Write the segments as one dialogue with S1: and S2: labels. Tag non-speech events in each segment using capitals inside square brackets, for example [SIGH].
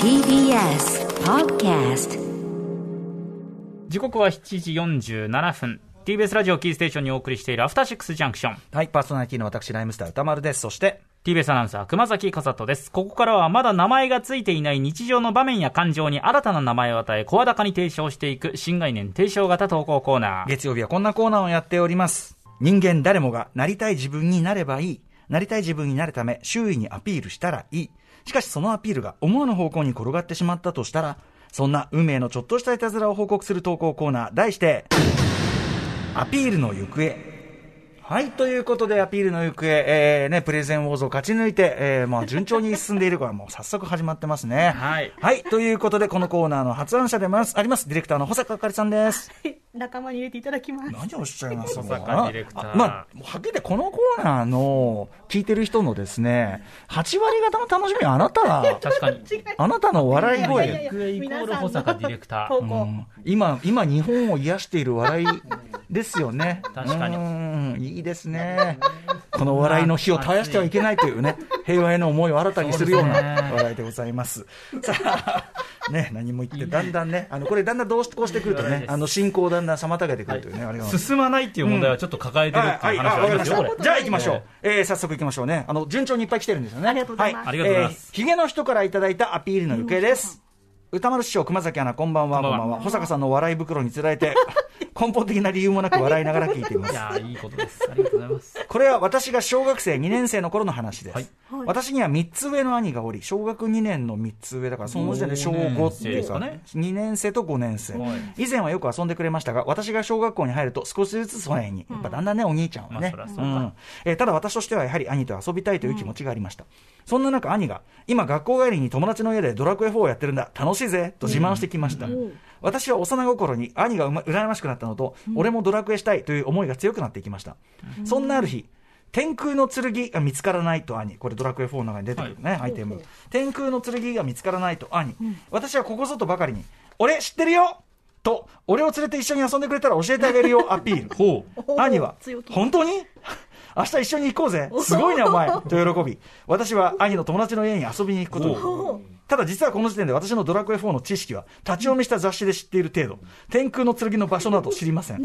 S1: TBS Podcast
S2: 時刻は7時47分 TBS ラジオキーステーションにお送りしているアフターシックスジャンクション
S3: はい、パーソナリティの私、ライムスター歌丸です。そして、
S2: TBS アナウンサー熊崎和人ですここからはまだ名前がついていない日常の場面や感情に新たな名前を与え声高に提唱していく新概念提唱型投稿コーナー
S3: 月曜日はこんなコーナーをやっております。人間誰もがなりたい自分になればいい。なりたい自分になるため、周囲にアピールしたらいい。しかし、そのアピールが思わぬ方向に転がってしまったとしたら、そんな運命のちょっとしたいたずらを報告する投稿コーナー、題して、アピールの行方。はい、ということで、アピールの行方、えーね、プレゼン王座を勝ち抜いて、えーまあ、順調に進んでいるから、もう早速始まってますね。
S2: はい
S3: はい、ということで、このコーナーの発案者でます、あります、ディレクターの保坂あかりさんです。
S4: [LAUGHS] 仲間に入れていただきます。
S3: 何をおっしゃいます
S2: 保坂ディレクター
S3: あまあ、はっきり言って、このコーナーの、聞いてる人のですね、8割方の楽しみはあな
S2: [LAUGHS]
S3: ただ。
S2: 確かに
S4: 違う。
S3: あなたの笑い
S4: いやいやい
S3: 声。
S4: や
S2: 行方イコール保坂ディレクター
S4: 投稿
S3: 今、今、日本を癒している笑いですよね。
S2: [LAUGHS] 確かに
S3: うんいいですね。この笑いの火を絶やしてはいけないという
S2: [LAUGHS]
S3: ね、平和への思いを新たにするような
S2: そうですね
S3: 笑いでございます。さあ、ね、何も言って、だんだんね、あの、これだんだんどうしてこうしてくると
S2: いい
S3: ね
S2: で、す
S3: あの、進行をだんだん妨げてくるというね、あれが。
S2: 進まないっていう問題はちょっと抱えてるっていう話
S3: わ
S2: はあ
S3: か
S2: り
S3: り
S2: ま
S3: ますし
S2: よこれ
S3: た。じゃあ行きましょう。えー早速行きましょうね。あの、順調にいっぱい来てるんですよね。
S4: ありがとうございます
S2: ありがとうございます
S3: はえーヒゲの人からいただいたアピールの行方です。歌丸師匠、熊崎アナ、こんばんは、
S2: こ
S3: こ
S2: んば
S3: んば
S2: んは
S3: んは。保坂さんの笑い袋につられて、根本的な理由もなく笑いながら聞いていま
S2: い
S3: す。
S2: やーいいことですありがとうございます
S3: これは私が小学生2年生の頃の話です。
S2: はい
S4: はい
S3: 私には3つ上の兄がおり、小学2年の3つ上だから、その時点で小5っていう
S2: 五
S3: か、
S2: 年
S3: ね、2年生と5年生、
S2: は
S3: 以前はよく遊んでくれましたが、私が小学校に入ると少しずつ疎遠に。やっぱだんだんね、お兄ちゃんはね。
S2: まあそりゃそう
S3: う
S2: だ
S3: んえーただ私としてはやはり兄と遊びたいという気持ちがありました。そんな中、兄が、今学校帰りに友達の家でドラクエ4をやってるんだ、楽しいぜ、と自慢してきました。私は幼心に兄がうま羨ましくなったのと、俺もドラクエしたいという思いが強くなっていきました。そんなある日、天空の剣が見つからないと兄、これドラクエ4の中に出てくるね、アイテム。天空の剣が見つからないと兄、私はここぞとばかりに、俺知ってるよと、俺を連れて一緒に遊んでくれたら教えてあげるよ、アピール。
S2: ほう
S4: おー
S3: [LAUGHS] 兄は
S4: 強、気
S3: 本当に [LAUGHS] 明日一緒に行こうぜすごいなお前 [LAUGHS] と喜び、私は兄の友達の家に遊びに行くことに
S4: おう
S3: ただ実はこの時点で私のドラクエ4の知識は立ち読みした雑誌で知っている程度、天空の剣の場所など知りま
S4: [LAUGHS]
S3: せん。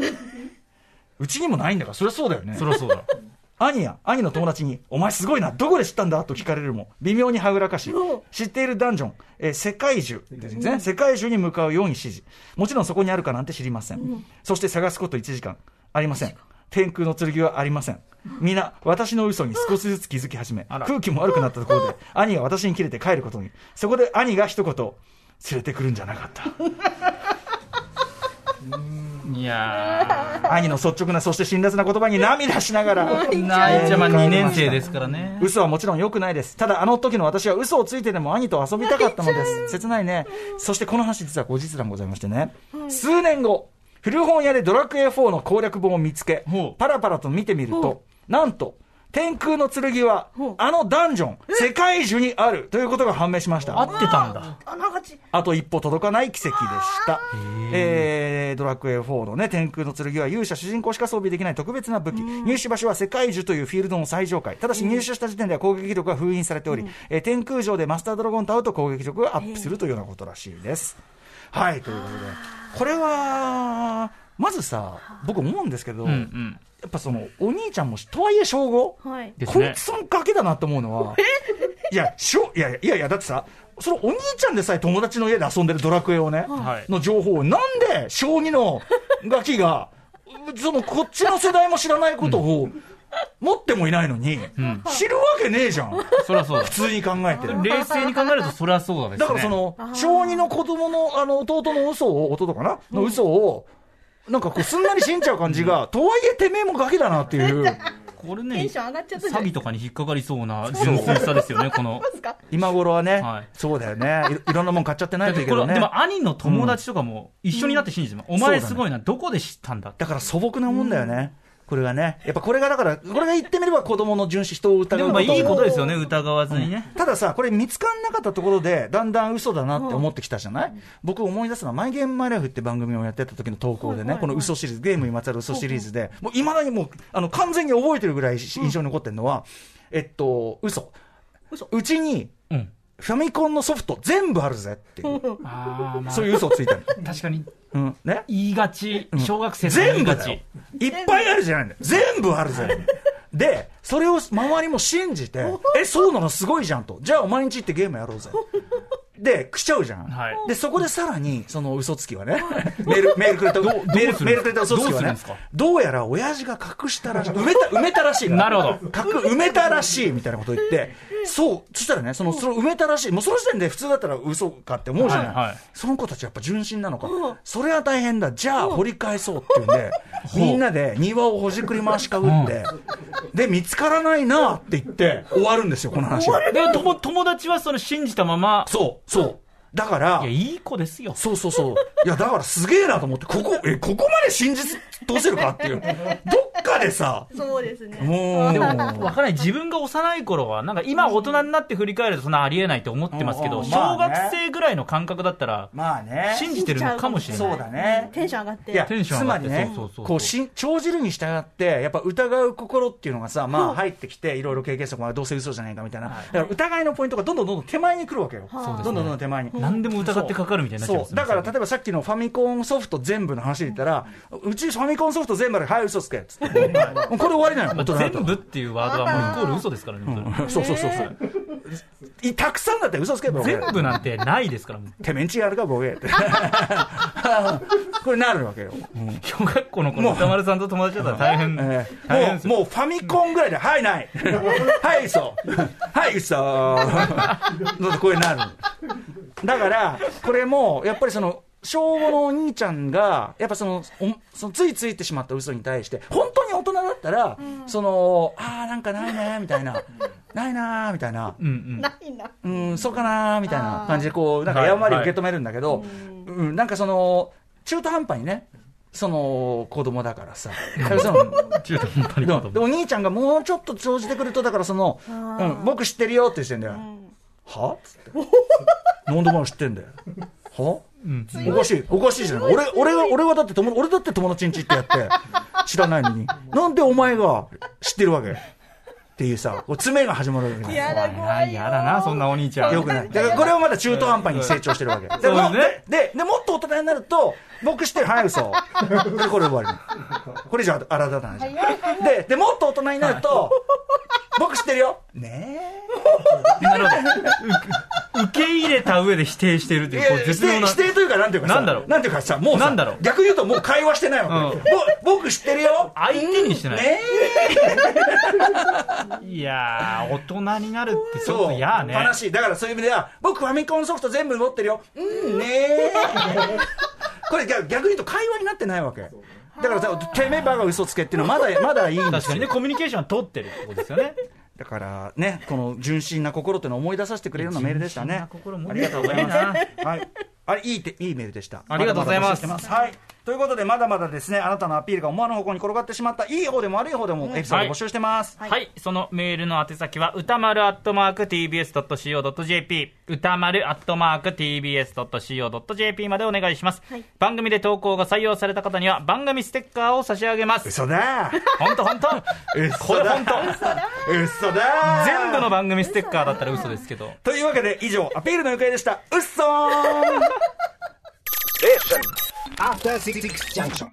S3: うちにもないんだから、そりゃそうだよね。
S2: そりゃそうだ
S3: 兄や兄の友達に、お前すごいな、どこで知ったんだと聞かれるも、微妙にはぐらかし
S4: お、
S3: 知っているダンジョン、えー世界中ですね、世界中に向かうように指示。もちろんそこにあるかなんて知りません。そして探すこと1時間、ありません。天空の剣はありません。皆、私の嘘に少しずつ気づき始め、
S2: あら
S3: 空気も悪くなったところで、兄が私に切れて帰ることに、そこで兄が一言、連れてくるんじゃなか [LAUGHS] った。
S2: いや
S3: 兄の率直な、そして辛辣な言葉に涙しながら、
S2: ーないちゃま2年生ですからね
S3: 嘘はもちろん良くないです。ただあの時の私は嘘をついてでも兄と遊びたかったのです。切ないね。そしてこの話実は後日談ございましてね。数年後、古本屋でドラクエ4の攻略本を見つけ
S2: ほう、
S3: パラパラと見てみると、なんと、天空の剣は
S4: ほう、
S3: あのダンジョン、世界中にあるということが判明しました。
S2: 合ってたんだ
S4: あながち。
S3: あと一歩届かない奇跡でした。えードラクエ4のね、天空の剣は勇者主人公しか装備できない特別な武器。入手場所は世界樹というフィールドの最上階。ただし入手した時点では攻撃力が封印されており、えー天空城でマスタードラゴンと会うと攻撃力がアップするというようなことらしいです。はい、ということで。これは、まずさ、僕思うんですけど、
S2: うんうん
S3: やっぱその、お兄ちゃんも、とはいえ小5、
S4: はい。
S2: です
S3: こ
S2: ね
S3: いつのガキだなって思うのは、いや、しょいやいやいやいや、だってさ、そのお兄ちゃんでさえ友達の家で遊んでるドラクエをね、
S2: はい
S3: の情報を、なんで将棋のガキが、そのこっちの世代も知らないことを持ってもいないのに、
S2: ん
S3: 知るわけねえじゃん、
S2: そりゃそうだ
S3: 普通に考えて。
S2: 冷静に考えるとそりゃそうだですね
S3: だからその、小児の子供の、あの、弟の嘘を、弟かなの嘘を、なんかこう、すんなり信じちゃう感じが、とはいえてめえもガキだなっていう。
S2: これ
S4: テ
S2: ね
S4: ンション上がっちゃったじゃ
S2: 詐
S4: ない
S2: 欺とかに引っかかりそうな純粋さですよね、こ
S4: [LAUGHS]
S2: の。
S4: ですか。
S3: 今頃はね、
S2: はい
S3: そうだよねい。いろんなもん買っちゃってないといいけ
S2: これ
S3: ど
S2: はで
S3: ね。
S2: も兄の友達とかも一緒になって信じてます、お前すごいな、どこで知ったんだって
S3: だから素朴なもんだよね。これがね。やっぱこれがだから、これが言ってみれば子供の純子人を
S2: で
S3: 疑う
S2: もまあい
S3: と
S2: いことですよね疑わずにね、
S3: たださ、これ見つかんなかったところで、だんだん嘘だなって思ってきたじゃない、僕思い出すのは、マイゲームマイライフって番組をやってた時の投稿でね、この嘘シリーズ、ゲームにまつわる嘘シリーズで、もう未だにもう、あの、完全に覚えてるぐらいし印象に残ってるのは、えっと、嘘。うちに、
S2: うん
S3: ファミコンのソフト全部あるぜっていう、
S2: あーまあ
S3: そういう嘘をついたの。
S2: 確かに
S3: うん、ね
S2: 言いがち小学生とか言
S3: 全
S2: い
S3: 部
S2: が
S3: だよ
S2: ち。
S3: いっぱいあるじゃないんだよ。全部あるぜ。で、それを周りも信じて、え、そうなのすごいじゃんと。じゃあお前んち行ってゲームやろうぜ。で、来ちゃうじゃん。
S2: はい
S3: で、そこでさらに、その嘘つきはね、メール、メールくれた、メ
S2: どうする
S3: ールメールくれた嘘つきは
S2: どうするん
S3: ね
S2: ですか、
S3: どうやら親父が隠したらしい。埋めた、埋めたらしいから。
S2: なるほ
S3: ど。隠、埋めたらしいみたいなこと言って、そう、そしたらね、その、それを埋めたらしい。もうその時点で普通だったら嘘かって思うじゃない。
S2: はいはい
S3: その子たちやっぱ純真なのか、それは大変だ、じゃあ掘り返そうっていうん [LAUGHS] で、みんなで庭をほじくり回しかぶって、で、見つからないなって言って、終わるんですよ、この話は。
S2: で友友達はその信じたまま
S3: そう、そう。だから
S2: いや、いい子ですよ
S3: そうそうそう。いや、だからすげえなと思って、ここ、え、ここまで真実通せるかっていう。どっかでさ、
S4: そうですね。
S3: もう、
S2: わからない自分が幼い頃はなんか今大人になって振り返るとそんなありえないと思ってますけ
S3: う
S2: ど
S3: んまあ
S2: 小
S3: ね
S2: 学生ぐらいの感覚だったら
S3: まあね
S2: 信じてるのかもしれない
S3: そうだね。
S4: テンション上がって。
S3: いや、
S2: テンション
S3: つ
S2: 上が
S3: ま
S2: って
S3: り
S2: そ
S3: ね
S2: うそうそうそ、う
S3: こう、しん、帳汁に従って、やっぱ疑う心っていうのがさ、まあ入ってきて、いろいろ経験したから、どうせ嘘じゃないかみたいな。だから疑いのポイントがどんどんどんどん手前に来るわけよ。
S4: そうですね
S3: どんどんどんどん手前に。
S2: 何でも疑ってかかるみたいになっちゃい
S3: そ
S2: ま
S3: う
S2: すね
S3: だから例えばさっきのファミコンソフト全部の話で言ったら、うちファミコンソフト全部あるはい嘘つけっつってもうこれ終わりなの
S2: まあ
S3: 大人だと
S2: 全部っていうワードはもうイコール嘘ですからね本当に
S3: そうそうそうそういたくさんだったら嘘つけば
S2: 全部なんてないですからもう
S3: てめんちやる
S2: [LAUGHS]
S3: かボケってこれなるわけよ
S2: 小学校の頃歌丸さんと友達だったら大変
S3: ええ
S2: 大変ですよ
S3: もうもうファミコンぐらいで、はい、ない、はい、嘘、はい、嘘、どうぞこれなる。だから、これも、やっぱりその、小5のお兄ちゃんが、やっぱその、おそのついついてしまった嘘に対して、本当に大人だったら、その、ああ、なんかないね、みたいな、ないなー、みたいな。
S2: うんうん
S4: ないな。
S3: うん、そうかなーみたいな
S4: あー
S3: 感じで、こう、なんか、
S2: はい
S3: やんわり受け止めるんだけど、うん、なんかその、中途半端にね、その、子供だか
S2: [LAUGHS]
S3: らさ、だからその
S2: 中途半端に
S3: でお兄ちゃんがもうちょっと長じてくると、だからその、う
S4: ー
S3: ん、僕知ってるよって言ってんだよ。はつって。なんでお前知ってんだよ。は
S2: うん
S3: おかしい、おかしいじゃない。俺、俺は、俺はだって友、俺だって友達んちってやって、知らないのに。なんでお前が知ってるわけっていうさ、こう詰めが始まるわけですよ
S4: や
S2: 怖
S4: だ、
S2: い
S4: 怖
S2: ない
S4: よ。
S2: やだなそんなお兄ちゃん
S3: よくない。だからこれはまだ中途半端に成長してるわけ。で
S2: そうね
S3: もででで、もっと大人になると、僕知ってる、はい、嘘。でこれ終わり。これじゃあ、新たな話。で、で、もっと大人になると、僕知ってるよ。ね
S2: なるほどう受け入れた上で否定してるって
S3: え。
S2: いうこう
S3: 否定
S2: 絶妙な
S3: 否定というか、なんていうかさ、
S2: なんだろう
S3: なんていうかさ、もうさ
S2: なんだろう
S3: 逆に言うともう会話してないわけ。
S2: うん
S3: ぼ僕知ってるよ。
S2: 相手にしてない、
S3: ね
S2: いやー大人になるってちょっ
S3: そ
S2: と
S3: う、
S2: やーね
S3: 悲しい。だからそういう意味では、僕ファミコンソフト全部持ってるよ。うん、ね
S2: [LAUGHS]
S3: え。これ逆逆に言うと会話になってないわけ。だからさ、てめえばが嘘つけっていうのはまだ、まだいいんで
S2: 確
S3: す
S2: かに
S3: よ
S2: ね。コミュニケーションは取ってるってことですよね
S3: だからね、この純真な心っていうのを思い出させてくれるようなメールでしたね。
S2: 心持
S3: あ
S2: っ
S3: り
S2: てた
S3: がとう
S2: 方
S3: ご
S2: が
S3: ざ
S2: い
S3: い
S2: いな
S3: ます。はい。あれ、いいて、いいメールでした。
S2: ありがとうございます
S3: だだ募集してはい。ということで、まだまだですね、あなたのアピールが思わぬ方向に転がってしまった、いい方でも悪い方でもエピソードを募集してます。
S2: はい、そのメールの宛先は歌丸アットマーク TBS.CO.JP 歌丸アットマーク TBS.CO.JP までお願いします、
S4: はい
S2: 番組で投稿が採用された方には番組ステッカーを差し上げます
S3: 嘘だ
S2: 本当本当これ本当
S3: 嘘だ
S2: 全部の番組ステッカーだったら嘘ですけど
S3: というわけで以上アピールの行方でしたうっそーん
S5: After Six Junction.